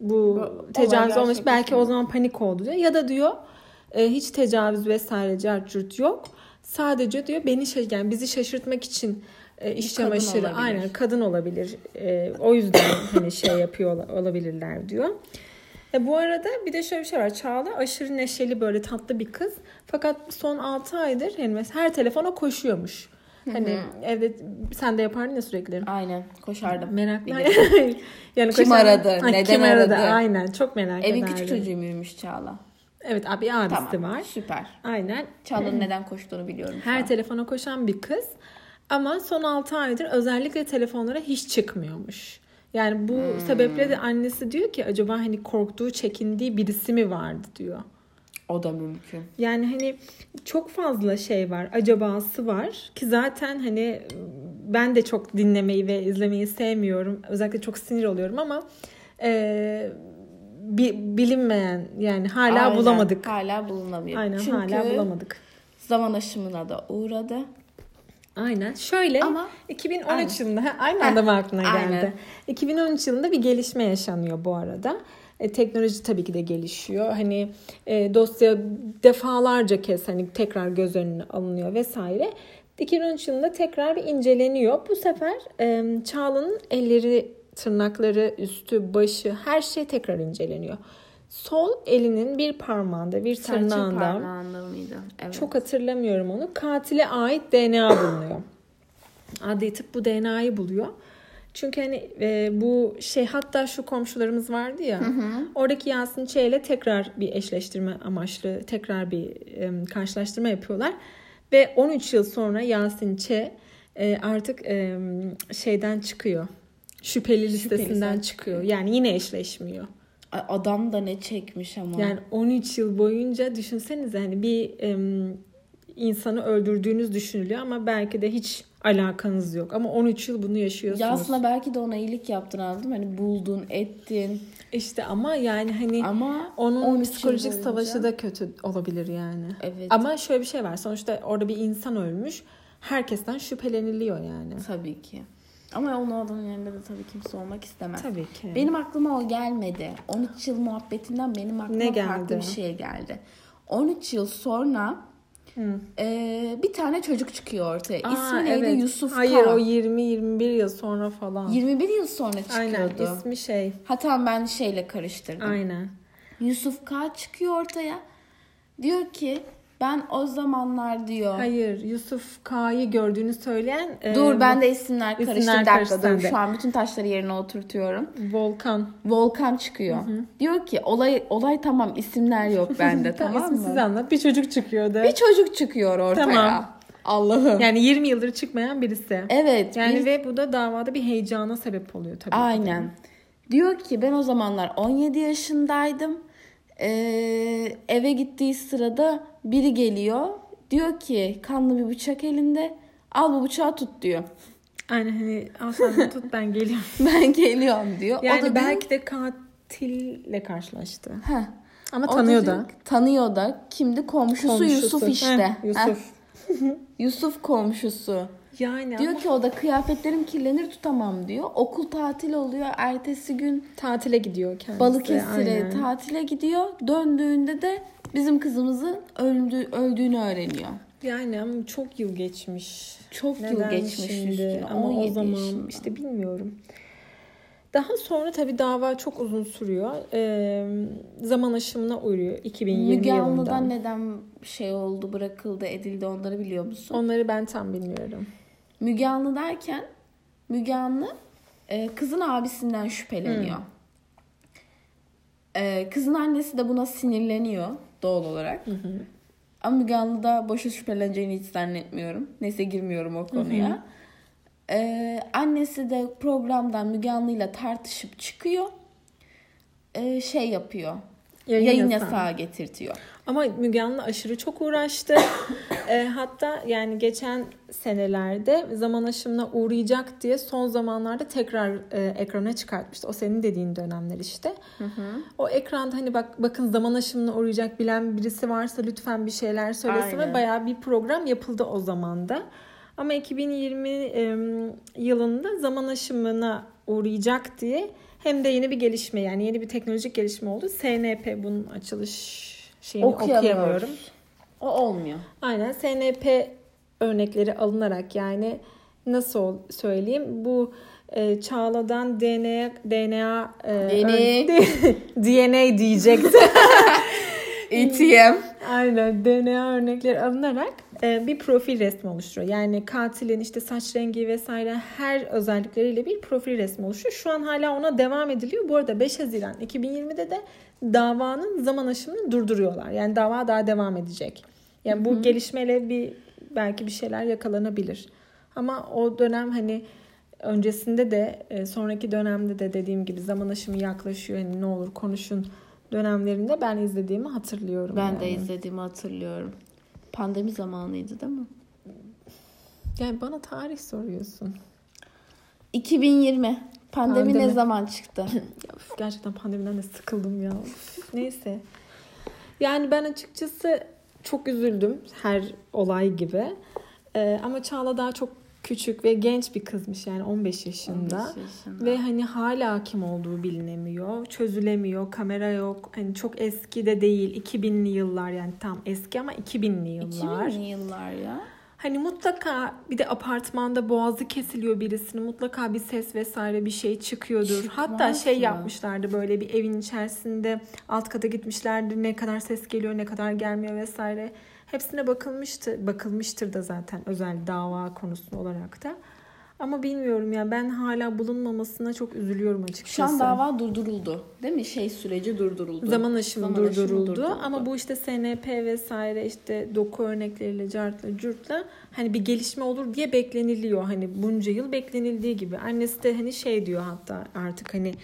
Speaker 2: bu
Speaker 1: olay
Speaker 2: tecavüz olmuş
Speaker 1: gerçekleşti
Speaker 2: belki o
Speaker 1: mi?
Speaker 2: zaman panik oldu diyor. Ya da diyor e, hiç tecavüz vesaire cart curt yok. Sadece diyor beni şaş- yani bizi şaşırtmak için e, iş
Speaker 1: Kadın
Speaker 2: çamaşırı
Speaker 1: olabilir.
Speaker 2: aynen kadın olabilir. E, o yüzden hani şey yapıyor ola- olabilirler diyor. E, bu arada bir de şöyle bir şey var. Çağla aşırı neşeli böyle tatlı bir kız. Fakat son 6 aydır yani mesela her telefona koşuyormuş. Hani evde sen de yapardın ya sürekli.
Speaker 1: Aynen koşardım.
Speaker 2: Meraklı.
Speaker 1: Bir de
Speaker 2: yani
Speaker 1: Kim
Speaker 2: koşan-
Speaker 1: aradı? Neden
Speaker 2: kim
Speaker 1: aradı?
Speaker 2: aradı? Aynen çok merak
Speaker 1: Evin
Speaker 2: ederdim.
Speaker 1: küçük çocuğu muymuş Çağla?
Speaker 2: Evet abi abisi
Speaker 1: Tamam.
Speaker 2: var.
Speaker 1: Süper.
Speaker 2: Aynen.
Speaker 1: Çağla'nın neden koştuğunu biliyorum. şu an.
Speaker 2: Her telefona koşan bir kız. Ama son 6 aydır özellikle telefonlara hiç çıkmıyormuş. Yani bu
Speaker 1: Hmm.
Speaker 2: sebeple de annesi diyor ki acaba hani korktuğu, çekindiği birisi mi vardı diyor.
Speaker 1: O da mümkün.
Speaker 2: Yani hani çok fazla şey var, acabası var ki zaten hani ben de çok dinlemeyi ve izlemeyi sevmiyorum. Özellikle çok sinir oluyorum ama e, bi- bilinmeyen yani hala
Speaker 1: Aynen,
Speaker 2: bulamadık.
Speaker 1: Hala bulunamıyor.
Speaker 2: Aynen
Speaker 1: Çünkü
Speaker 2: hala bulamadık.
Speaker 1: zaman aşımına da uğradı.
Speaker 2: Aynen. Şöyle
Speaker 1: Ama-
Speaker 2: 2013 yılında ha, aynı anda mı aklına geldi?
Speaker 1: aynen.
Speaker 2: 2013 yılında bir gelişme yaşanıyor bu arada. E, teknoloji tabii ki de gelişiyor. Hani e, dosya defalarca kez hani tekrar göz önüne alınıyor vesaire. 2013 yılında tekrar bir inceleniyor. Bu sefer e, Çağla'nın elleri, tırnakları, üstü, başı her şey tekrar inceleniyor. Sol elinin bir parmağında, bir
Speaker 1: Serçe
Speaker 2: tırnağında
Speaker 1: parmağında mıydı? Evet.
Speaker 2: çok hatırlamıyorum onu. Katile ait DNA bulunuyor. Adli tıp bu DNA'yı buluyor. Çünkü hani e, bu şey hatta şu komşularımız vardı ya. Oradaki Yasin Ç ile tekrar bir eşleştirme amaçlı tekrar bir e, karşılaştırma yapıyorlar. Ve 13 yıl sonra Yasin Ç e, artık e, şeyden çıkıyor. Şüpheli listesinden
Speaker 1: Şüpheliden
Speaker 2: çıkıyor. Yani yine eşleşmiyor.
Speaker 1: Ay, Adam da ne çekmiş ama.
Speaker 2: Yani 13 yıl boyunca düşünsenize hani bir em, insanı öldürdüğünüz düşünülüyor ama belki de hiç alakanız yok. Ama 13 yıl bunu yaşıyorsunuz.
Speaker 1: ya aslında belki de ona iyilik yaptın anladın mı? Hani buldun, ettin
Speaker 2: İşte ama yani hani
Speaker 1: ama
Speaker 2: onun
Speaker 1: 13
Speaker 2: psikolojik
Speaker 1: yıl boyunca-
Speaker 2: savaşı da kötü olabilir yani.
Speaker 1: Evet.
Speaker 2: Ama şöyle bir şey var. Sonuçta orada bir insan ölmüş. Herkesten şüpheleniliyor yani.
Speaker 1: tabii ki. Ama onun adamın yerinde de tabii kimse olmak istemez.
Speaker 2: Tabii ki.
Speaker 1: Benim aklıma o gelmedi. 13 yıl muhabbetinden benim aklıma
Speaker 2: Ne geldi?
Speaker 1: farklı bir şey geldi. 13 yıl sonra e, bir tane çocuk çıkıyor ortaya.
Speaker 2: Aa,
Speaker 1: İsmi neydi?
Speaker 2: evet.
Speaker 1: Yusuf K.
Speaker 2: Hayır o 20-21 yıl sonra falan.
Speaker 1: 21 yıl sonra çıkıyordu.
Speaker 2: Aynen ismi şey.
Speaker 1: Hatta ben şeyle karıştırdım.
Speaker 2: Aynen.
Speaker 1: Yusuf K çıkıyor ortaya. Diyor ki ben o zamanlar diyor.
Speaker 2: Hayır Yusuf K'yı gördüğünü söyleyen e,
Speaker 1: Dur ben de isimler karıştı.
Speaker 2: İsimler
Speaker 1: Bir dakika
Speaker 2: karıştı,
Speaker 1: dur.
Speaker 2: sen de.
Speaker 1: Şu an bütün taşları yerine oturtuyorum.
Speaker 2: Volkan.
Speaker 1: Volkan çıkıyor. Diyor ki olay olay tamam isimler yok bende tamam
Speaker 2: Tamam
Speaker 1: mı?
Speaker 2: Siz anlat. Bir çocuk çıkıyordu.
Speaker 1: Bir çocuk çıkıyor ortaya.
Speaker 2: Tamam.
Speaker 1: Allah'ım.
Speaker 2: Yani 20 yıldır çıkmayan birisi.
Speaker 1: Evet.
Speaker 2: Yani
Speaker 1: bir-
Speaker 2: ve bu da davada bir heyecana sebep oluyor tabii. ki de.
Speaker 1: Aynen. Diyor ki ben o zamanlar 17 yaşındaydım. Ee, eve gittiği sırada biri geliyor. Diyor ki kanlı bir bıçak elinde. Al bu bıçağı tut diyor.
Speaker 2: Aynen hani al sen bunu tut ben geliyorum.
Speaker 1: Ben geliyorum diyor.
Speaker 2: Yani
Speaker 1: o da diyor-
Speaker 2: belki de katille karşılaştı.
Speaker 1: Heh.
Speaker 2: Ama
Speaker 1: O
Speaker 2: tanıyor da.
Speaker 1: diyor ki, Tanıyor da. Kimdi? Komşusu, Yusuf
Speaker 2: Komşusu.
Speaker 1: işte.
Speaker 2: Heh,
Speaker 1: Heh,
Speaker 2: Yusuf.
Speaker 1: Yusuf komşusu.
Speaker 2: Yani ama
Speaker 1: Diyor ki o da kıyafetlerim kirlenir tutamam diyor. Okul tatil oluyor. Ertesi gün
Speaker 2: tatile gidiyor kendisi.
Speaker 1: Balıkesir'e
Speaker 2: aynen.
Speaker 1: tatile gidiyor. Döndüğünde de bizim kızımızın öldü, öldüğünü öğreniyor.
Speaker 2: Yani ama çok yıl geçmiş.
Speaker 1: Çok yıl
Speaker 2: Neden
Speaker 1: geçmiş
Speaker 2: şimdi?
Speaker 1: üstüne.
Speaker 2: Ama o
Speaker 1: 17
Speaker 2: zaman
Speaker 1: yaşında.
Speaker 2: işte bilmiyorum. Daha sonra tabii dava çok uzun sürüyor. Ee, zaman aşımına uğruyor 2020
Speaker 1: Müge
Speaker 2: yılında.
Speaker 1: Anlı'dan neden şey oldu, bırakıldı, edildi onları biliyor musun?
Speaker 2: Onları ben tam bilmiyorum.
Speaker 1: Müge Anlı derken Müge Anlı e, kızın abisinden şüpheleniyor. E, kızın annesi de buna sinirleniyor doğal olarak. Ama Müge Anlı da boşa şüpheleneceğini hiç zannetmiyorum. Neyse girmiyorum o konuya. E, annesi de programdan Müge Anlı'yla tartışıp çıkıyor. E, şey yapıyor.
Speaker 2: Yayın
Speaker 1: Yayın,
Speaker 2: yasağı.
Speaker 1: yasağı. getirtiyor.
Speaker 2: Ama Müge Anlı aşırı çok uğraştı. Ee, hatta yani geçen senelerde zaman aşımına uğrayacak diye son zamanlarda tekrar e, ekrana çıkartmıştı. O senin dediğin dönemler işte. O ekranda hani bak bakın zaman aşımına uğrayacak bilen birisi varsa lütfen bir şeyler söylesin ve
Speaker 1: Aynen.
Speaker 2: bayağı bir program yapıldı o zaman da. Ama 2020 e, yılında zaman aşımına uğrayacak diye hem de yeni bir gelişme yani yeni bir teknolojik gelişme oldu. SNP bunun açılış şeyini
Speaker 1: Okuyamıyoruz.
Speaker 2: okuyamıyorum.
Speaker 1: O olmuyor.
Speaker 2: Aynen SNP örnekleri alınarak yani nasıl ol- söyleyeyim bu e, Çağla'dan DNA DNA e,
Speaker 1: DNA.
Speaker 2: ör- DNA diyecekti.
Speaker 1: E ATM.
Speaker 2: Aynen DNA örnekleri alınarak e, bir profil resmi oluşturuyor. Yani katilin işte saç rengi vesaire her özellikleriyle bir profil resmi oluşuyor. Şu an hala ona devam ediliyor. Bu arada 5 Haziran 2020'de de davanın zaman aşımını durduruyorlar. Yani dava daha devam edecek. Yani bu gelişmeyle bir belki bir şeyler yakalanabilir. Ama o dönem hani öncesinde de e, sonraki dönemde de dediğim gibi zaman aşımı yaklaşıyor. Hani ne olur konuşun dönemlerinde ben izlediğimi hatırlıyorum.
Speaker 1: Ben
Speaker 2: yani.
Speaker 1: de izlediğimi hatırlıyorum. Pandemi zamanıydı değil mi?
Speaker 2: Yani bana tarih soruyorsun.
Speaker 1: 2020. Pandemi, ne
Speaker 2: Pandemi.
Speaker 1: zaman çıktı?
Speaker 2: Ya üf, gerçekten pandemiden de sıkıldım ya. Üf, Neyse. Yani ben açıkçası çok üzüldüm her olay gibi. Ee, ama Çağla daha çok küçük ve genç bir kızmış yani 15
Speaker 1: 15
Speaker 2: yaşında.
Speaker 1: yaşında.
Speaker 2: Ve hani hala hakim olduğu bilinemiyor. Çözülemiyor. Kamera yok. Hani çok eski de değil. 2000'li yıllar yani tam eski ama 2000'li yıllar.
Speaker 1: 2000'li yıllar ya.
Speaker 2: Hani mutlaka bir de apartmanda boğazı kesiliyor birisinin. Mutlaka bir ses vesaire bir şey çıkıyordur.
Speaker 1: Çıkmaz
Speaker 2: Hatta şey
Speaker 1: mı?
Speaker 2: yapmışlardı böyle bir evin içerisinde alt kata gitmişlerdi. Ne kadar ses geliyor, ne kadar gelmiyor vesaire. Hepsine bakılmıştı. Bakılmıştır da zaten özel dava konusu olarak da. Ama bilmiyorum ya ben hala bulunmamasına çok üzülüyorum açıkçası.
Speaker 1: Şu an dava durduruldu. Değil mi? Şey süreci durduruldu.
Speaker 2: Zaman aşımı
Speaker 1: Zaman aşımı
Speaker 2: durduruldu.
Speaker 1: durduruldu.
Speaker 2: Ama bu işte SNP vesaire işte doku örnekleriyle cartla curtla hani bir gelişme olur diye bekleniliyor. Hani bunca yıl beklenildiği gibi. Annesi de hani şey diyor hatta artık hani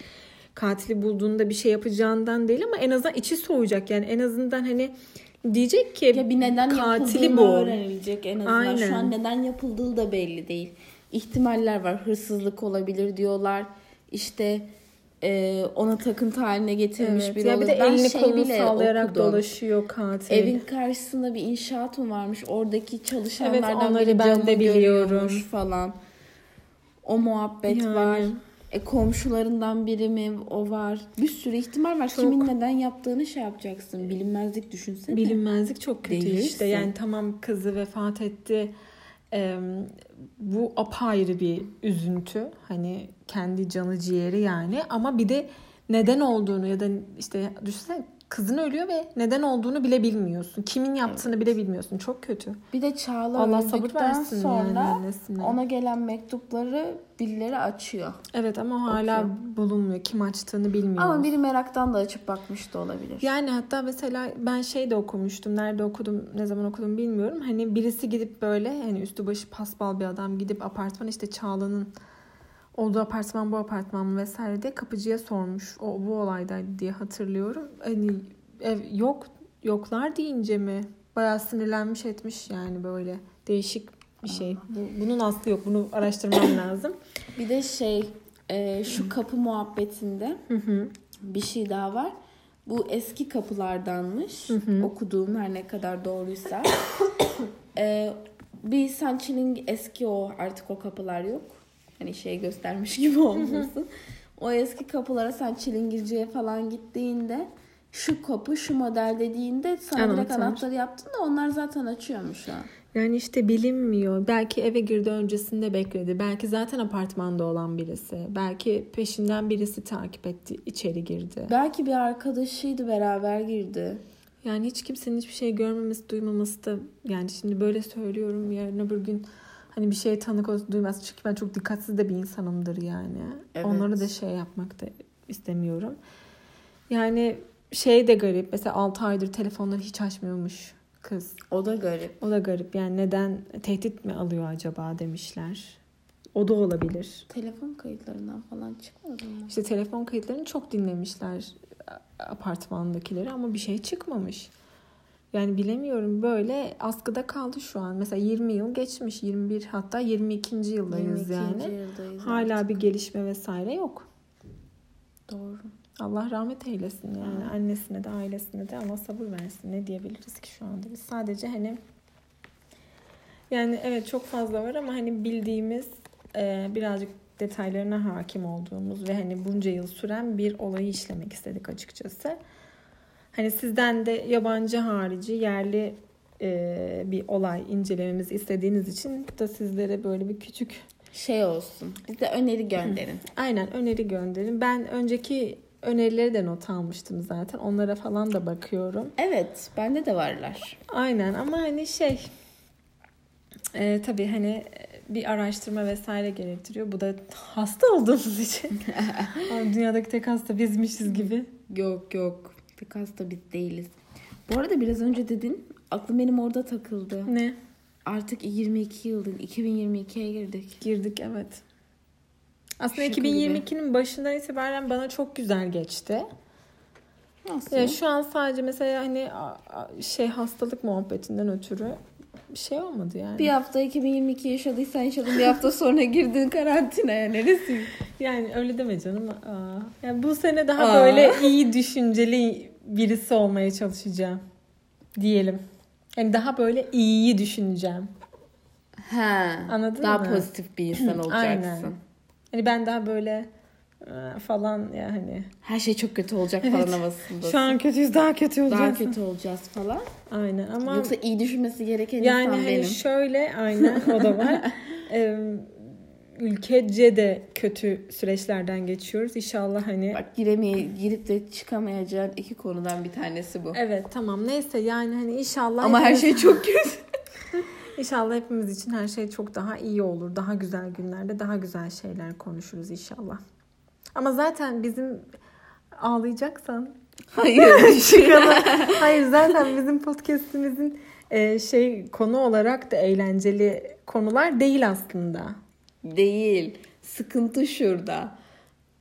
Speaker 2: katili bulduğunda bir şey yapacağından değil ama en azından içi soğuyacak. Yani en azından hani diyecek ki
Speaker 1: ya bir neden
Speaker 2: katili
Speaker 1: yapıldığını
Speaker 2: bu.
Speaker 1: öğrenilecek en azından.
Speaker 2: Aynen.
Speaker 1: Şu an neden yapıldığı da belli değil. İhtimaller var. Hırsızlık olabilir diyorlar. İşte e, ona takıntı haline getirmiş
Speaker 2: Evet.
Speaker 1: biri
Speaker 2: Ya bir de
Speaker 1: olabilir. Ben
Speaker 2: elini
Speaker 1: şey
Speaker 2: kolunu
Speaker 1: bile
Speaker 2: sallayarak
Speaker 1: okudum.
Speaker 2: dolaşıyor katil.
Speaker 1: Evin karşısında bir inşaat mı varmış? Oradaki
Speaker 2: Evet,
Speaker 1: çalışanlardan
Speaker 2: onları
Speaker 1: biri
Speaker 2: ben
Speaker 1: camı
Speaker 2: de biliyorum.
Speaker 1: görüyormuş falan. O muhabbet
Speaker 2: Yani.
Speaker 1: var. E komşularından biri mi? O var. Bir sürü ihtimal var. Kimin neden yaptığını şey yapacaksın. Bilinmezlik düşünsene.
Speaker 2: Bilinmezlik çok kötü
Speaker 1: Değilsin.
Speaker 2: işte. Yani tamam kızı vefat etti. Ee, bu apayrı bir üzüntü. Hani kendi canı ciğeri yani. Ama bir de neden olduğunu ya da işte düşünsene Kızın ölüyor ve neden olduğunu bile bilmiyorsun. Kimin yaptığını bile bilmiyorsun. Çok kötü.
Speaker 1: Bir de Çağla
Speaker 2: Allah sabır
Speaker 1: öldükten
Speaker 2: versin
Speaker 1: sonra
Speaker 2: yani annesine.
Speaker 1: ona gelen mektupları birileri açıyor.
Speaker 2: Evet ama hala bulunmuyor. Kim açtığını bilmiyor.
Speaker 1: Ama biri meraktan da açıp bakmış da olabilir.
Speaker 2: Yani hatta mesela ben şey de okumuştum. Nerede okudum, ne zaman okudum bilmiyorum. Hani birisi gidip böyle hani üstü başı paspal bir adam gidip apartman işte Çağla'nın olduğu apartman bu apartman mı vesaire diye kapıcıya sormuş. O bu olaydaydı diye hatırlıyorum. Hani ev yok yoklar deyince mi bayağı sinirlenmiş etmiş yani böyle değişik bir şey. Bu- bunun aslı yok. Bunu araştırmam lazım.
Speaker 1: Bir de şey e, şu kapı muhabbetinde bir şey daha var. Bu eski kapılardanmış. Okuduğum her ne kadar doğruysa. e, bir Sanchi'nin eski o artık o kapılar yok. Hani şey göstermiş gibi olmasın. o eski kapılara sen Çilingirci'ye falan gittiğinde şu kapı şu model dediğinde sana direkt
Speaker 2: Anahtar.
Speaker 1: anahtarı yaptın da onlar zaten açıyormuş ha.
Speaker 2: Yani işte bilinmiyor. Belki eve girdi öncesinde bekledi. Belki zaten apartmanda olan birisi. Belki peşinden birisi takip etti, içeri girdi.
Speaker 1: Belki bir arkadaşıydı beraber girdi.
Speaker 2: Yani hiç kimsenin hiçbir şey görmemesi, duymaması da yani şimdi böyle söylüyorum yarın öbür gün hani bir şeye tanık olsun duymaz. Çünkü ben çok dikkatsiz de bir insanımdır yani.
Speaker 1: Evet.
Speaker 2: Onları da şey yapmak da istemiyorum. Yani şey de garip. Mesela 6 aydır telefonları hiç açmıyormuş kız.
Speaker 1: O da garip.
Speaker 2: O da garip. Yani neden tehdit mi alıyor acaba demişler. O da olabilir.
Speaker 1: Telefon kayıtlarından falan çıkmadı mı?
Speaker 2: İşte telefon kayıtlarını çok dinlemişler a- apartmandakileri ama bir şey çıkmamış. Yani bilemiyorum böyle askıda kaldı şu an. Mesela 20 yıl geçmiş. 21 hatta 22. yıldayız
Speaker 1: 22.
Speaker 2: yani.
Speaker 1: yıldayız.
Speaker 2: Hala bir gelişme vesaire yok.
Speaker 1: Doğru.
Speaker 2: Allah rahmet eylesin yani annesine de ailesine de Allah sabır versin ne diyebiliriz ki şu anda biz sadece hani yani evet çok fazla var ama hani bildiğimiz e, birazcık detaylarına hakim olduğumuz ve hani bunca yıl süren bir olayı işlemek istedik açıkçası. Hani sizden de yabancı harici yerli e, bir olay incelememizi istediğiniz için bu da sizlere böyle bir küçük
Speaker 1: Şey olsun. Bize öneri gönderin.
Speaker 2: Aynen öneri gönderin. Ben önceki önerileri de not almıştım zaten. Onlara falan da bakıyorum.
Speaker 1: evet. Bende de varlar.
Speaker 2: Aynen ama hani şey e, tabii hani bir araştırma vesaire gerektiriyor. Bu da hasta olduğumuz için. Abi Dünyadaki tek hasta bizmişiz gibi.
Speaker 1: Yok yok. Pek hasta biz değiliz. Bu arada biraz önce dedin. Aklım benim orada takıldı.
Speaker 2: Ne?
Speaker 1: Artık 22 yıldır. 2022'ye girdik.
Speaker 2: Girdik evet. Aslında
Speaker 1: Şaka gibi.
Speaker 2: 2022'nin başından itibaren bana çok güzel geçti.
Speaker 1: Nasıl?
Speaker 2: Ya şu an sadece mesela hani a- a- şey hastalık muhabbetinden ötürü bir şey olmadı yani.
Speaker 1: bir hafta 2022 yaşadıysan yaşadın. Bir hafta sonra girdin karantinaya. Neresi?
Speaker 2: Yani öyle deme canım. Aa. Yani bu sene daha
Speaker 1: Aa.
Speaker 2: böyle iyi düşünceli birisi olmaya çalışacağım diyelim. Yani daha böyle iyiyi düşüneceğim.
Speaker 1: Ha.
Speaker 2: Anladın
Speaker 1: daha
Speaker 2: mı?
Speaker 1: pozitif bir insan olacaksın.
Speaker 2: Aynen. Hani ben daha böyle e, falan ya hani.
Speaker 1: Her şey çok kötü olacak
Speaker 2: Evet.
Speaker 1: falan havasındasın.
Speaker 2: Şu an kötüyüz daha kötü olacağız.
Speaker 1: daha kötü olacağız falan.
Speaker 2: Aynen ama
Speaker 1: Yoksa iyi düşünmesi gereken
Speaker 2: yani
Speaker 1: insan
Speaker 2: hani
Speaker 1: benim.
Speaker 2: şöyle aynen o da var. Ee, ülkece de kötü süreçlerden geçiyoruz. İnşallah hani
Speaker 1: Bak giremeye, girip de çıkamayacağın iki konudan bir tanesi bu.
Speaker 2: Evet tamam neyse yani hani inşallah
Speaker 1: Ama her
Speaker 2: hepimiz-
Speaker 1: şey çok kötü.
Speaker 2: İnşallah hepimiz için her şey çok daha iyi olur. Daha güzel günlerde daha güzel şeyler konuşuruz inşallah. Ama zaten bizim ağlayacaksan
Speaker 1: Hayır.
Speaker 2: çıkalım. Hayır zaten bizim podcast'imizin e, şey konu olarak da eğlenceli konular değil aslında.
Speaker 1: Değil. Sıkıntı şurada.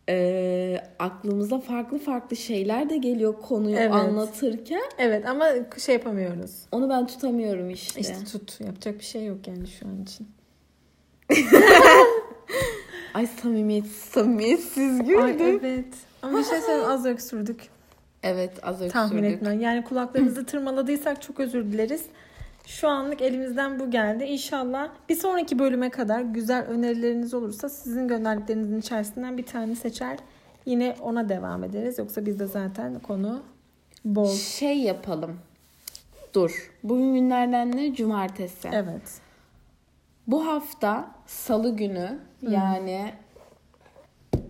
Speaker 1: Ee, aklımıza farklı farklı şeyler de geliyor konuyu
Speaker 2: Evet.
Speaker 1: anlatırken.
Speaker 2: Evet ama şey yapamıyoruz.
Speaker 1: Onu ben tutamıyorum işte.
Speaker 2: İşte tut yapacak bir şey yok yani şu an için.
Speaker 1: Ay samimiyet, samimiyetsiz güldüm.
Speaker 2: Ay evet. Ama bir şey söyleyeyim az öksürdük.
Speaker 1: Evet az önce
Speaker 2: tahmin etmem. Yani kulaklarımızı tırmaladıysak çok özür dileriz. Şu anlık elimizden bu geldi. İnşallah bir sonraki bölüme kadar güzel önerileriniz olursa sizin gönderdiklerinizin içerisinden bir tane seçer. Yine ona devam ederiz. Yoksa bizde zaten konu bol.
Speaker 1: Şey yapalım. Dur. Bugün günlerden ne? Cumartesi.
Speaker 2: Evet.
Speaker 1: Bu hafta salı günü yani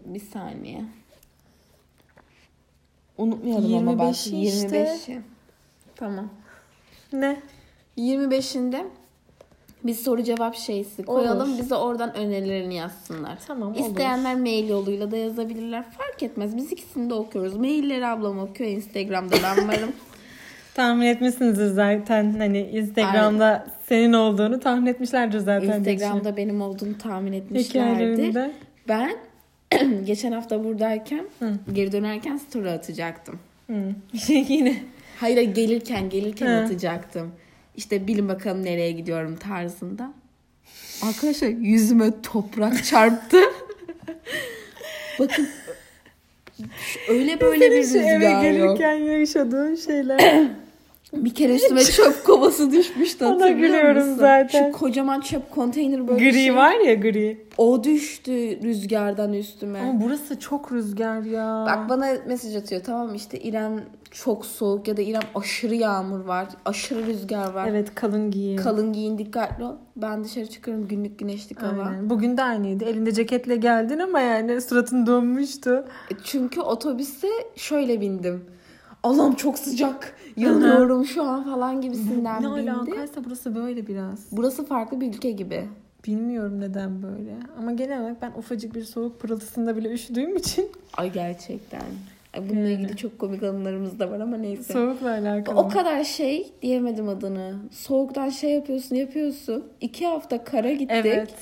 Speaker 1: bir saniye. Unutmayalım ama bak
Speaker 2: 25'i işte.
Speaker 1: 25'i. Tamam.
Speaker 2: Ne?
Speaker 1: 25'inde bir soru cevap şeysi koyalım.
Speaker 2: Olur.
Speaker 1: Bize oradan önerilerini yazsınlar.
Speaker 2: Tamam, olur.
Speaker 1: İsteyenler mail yoluyla da yazabilirler. Fark etmez. Biz ikisini de okuyoruz. Mailleri ablam okuyor. Instagram'da ben varım.
Speaker 2: Tahmin etmişsinizdir zaten. Hani Instagram'da senin olduğunu tahmin etmişlerdir zaten. diye düşünüyorum.
Speaker 1: Instagram'da benim olduğumu tahmin etmişlerdir.
Speaker 2: Hikayelerinde.
Speaker 1: Ben geçen hafta buradayken geri dönerken story atacaktım.
Speaker 2: Hı. Yine.
Speaker 1: Hayır hayır, gelirken gelirken
Speaker 2: He.
Speaker 1: atacaktım. İşte bilin bakalım nereye gidiyorum tarzında. Arkadaşlar yüzüme toprak çarptı. Bakın şu- öyle böyle bir
Speaker 2: Şu eve
Speaker 1: rüzgar yok.
Speaker 2: gelirken yaşadığın şeyler.
Speaker 1: Bir kere üstüme çöp kovası düşmüştü
Speaker 2: Ona
Speaker 1: hatırlıyor
Speaker 2: gülüyorum
Speaker 1: musun?
Speaker 2: zaten.
Speaker 1: Şu kocaman çöp konteyner böyle şey.
Speaker 2: gri var ya gri.
Speaker 1: O düştü rüzgardan üstüme.
Speaker 2: Ama burası çok rüzgar ya.
Speaker 1: Bak bana mesaj atıyor tamam işte İrem çok soğuk ya da İrem aşırı yağmur var, aşırı rüzgar var.
Speaker 2: Evet kalın giyin.
Speaker 1: Kalın giyin dikkatli ol. Ben dışarı çıkıyorum günlük güneşlik hava.
Speaker 2: Aynen. Bugün de aynıydı. Elinde ceketle geldin ama yani suratın donmuştu.
Speaker 1: E, Çünkü otobüse şöyle bindim. Allah'ım çok sıcak. Yanıyorum şu an falan gibisinden
Speaker 2: ne
Speaker 1: bindim.
Speaker 2: alakaysa burası böyle biraz.
Speaker 1: Burası farklı bir ülke gibi.
Speaker 2: Bilmiyorum neden böyle. Ama genel olarak ben ufacık bir soğuk pırıltısında bile üşüdüğüm için
Speaker 1: Ay gerçekten. Ay, Bununla
Speaker 2: Yani.
Speaker 1: ilgili çok komik anılarımız da var ama neyse.
Speaker 2: soğukla alakalı.
Speaker 1: O kadar şey diyemedim adını. Soğuktan şey yapıyorsun yapıyorsun. İki hafta kara gittik.
Speaker 2: Evet.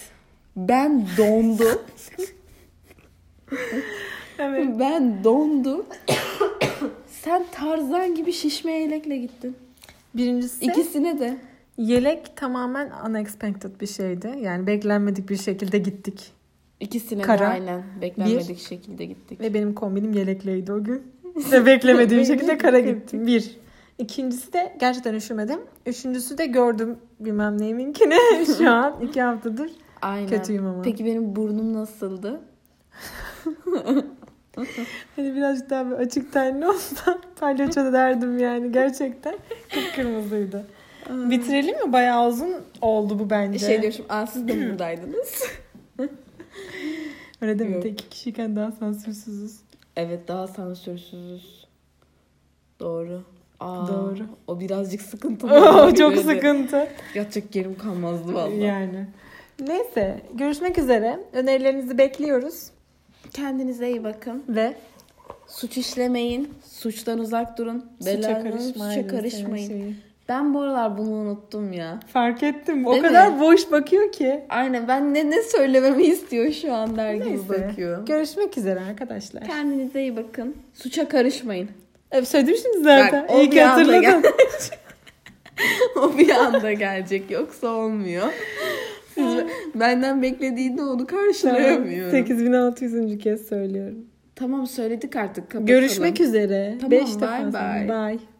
Speaker 1: Ben dondum.
Speaker 2: Evet.
Speaker 1: ben dondum. Sen Tarzan gibi şişme yelekle gittin.
Speaker 2: Birincisi
Speaker 1: İkisine de.
Speaker 2: yelek tamamen unexpected bir şeydi. Yani beklenmedik bir şekilde gittik.
Speaker 1: İkisine de
Speaker 2: Kara.
Speaker 1: aynen. Beklenmedik şekilde gittik.
Speaker 2: Ve benim kombinim yelekleydi o gün. Ve beklemediğim şekilde kara gittim. Bir. İkincisi de gerçekten üşümedim. Üçüncüsü de gördüm bilmem neyiminkini şu an iki haftadır.
Speaker 1: Aynen.
Speaker 2: Kötüyüm ama.
Speaker 1: Peki benim burnum nasıldı?
Speaker 2: Hani birazcık daha böyle açık tenli olsa palyaço da derdim yani gerçekten. Kıpkırmızıydı. Bitirelim mi? Bayağı uzun oldu bu bence.
Speaker 1: Şey diyorum aa siz de buradaydınız.
Speaker 2: Öyle deme
Speaker 1: Yok.
Speaker 2: tek iki kişiyken daha sansürsüzüz.
Speaker 1: evet daha sansürsüzüz. Doğru. Aa,
Speaker 2: Doğru.
Speaker 1: O birazcık sıkıntılı.
Speaker 2: Oo, çok
Speaker 1: Böyle
Speaker 2: sıkıntı.
Speaker 1: Yatacak yerim kalmazdı vallahi.
Speaker 2: Yani. Neyse görüşmek üzere. Önerilerinizi bekliyoruz.
Speaker 1: Kendinize iyi bakın.
Speaker 2: Ve
Speaker 1: Suç işlemeyin, suçtan uzak durun,
Speaker 2: suça
Speaker 1: belanın
Speaker 2: karışmayın.
Speaker 1: suça karışmayın. Ben bu aralar bunu unuttum ya.
Speaker 2: Fark ettim. O
Speaker 1: Değil
Speaker 2: kadar
Speaker 1: mi?
Speaker 2: boş bakıyor ki.
Speaker 1: Aynen ben ne ne söylememi istiyor şu an der gibi
Speaker 2: Neyse.
Speaker 1: bakıyor.
Speaker 2: Görüşmek üzere arkadaşlar.
Speaker 1: Kendinize iyi bakın. Suça karışmayın.
Speaker 2: E, söyledim şimdi zaten.
Speaker 1: Bak, o
Speaker 2: iyi
Speaker 1: bir
Speaker 2: ki
Speaker 1: anda
Speaker 2: hatırladın.
Speaker 1: o bir anda gelecek yoksa olmuyor. Siz benden beklediğinde onu karşılayamıyorum. Tamam,
Speaker 2: 8600. kez söylüyorum.
Speaker 1: söyledik artık kapatalım.
Speaker 2: Görüşmek üzere.
Speaker 1: Tamam,
Speaker 2: Beş
Speaker 1: bye
Speaker 2: defa sonra.
Speaker 1: bye.
Speaker 2: Bye.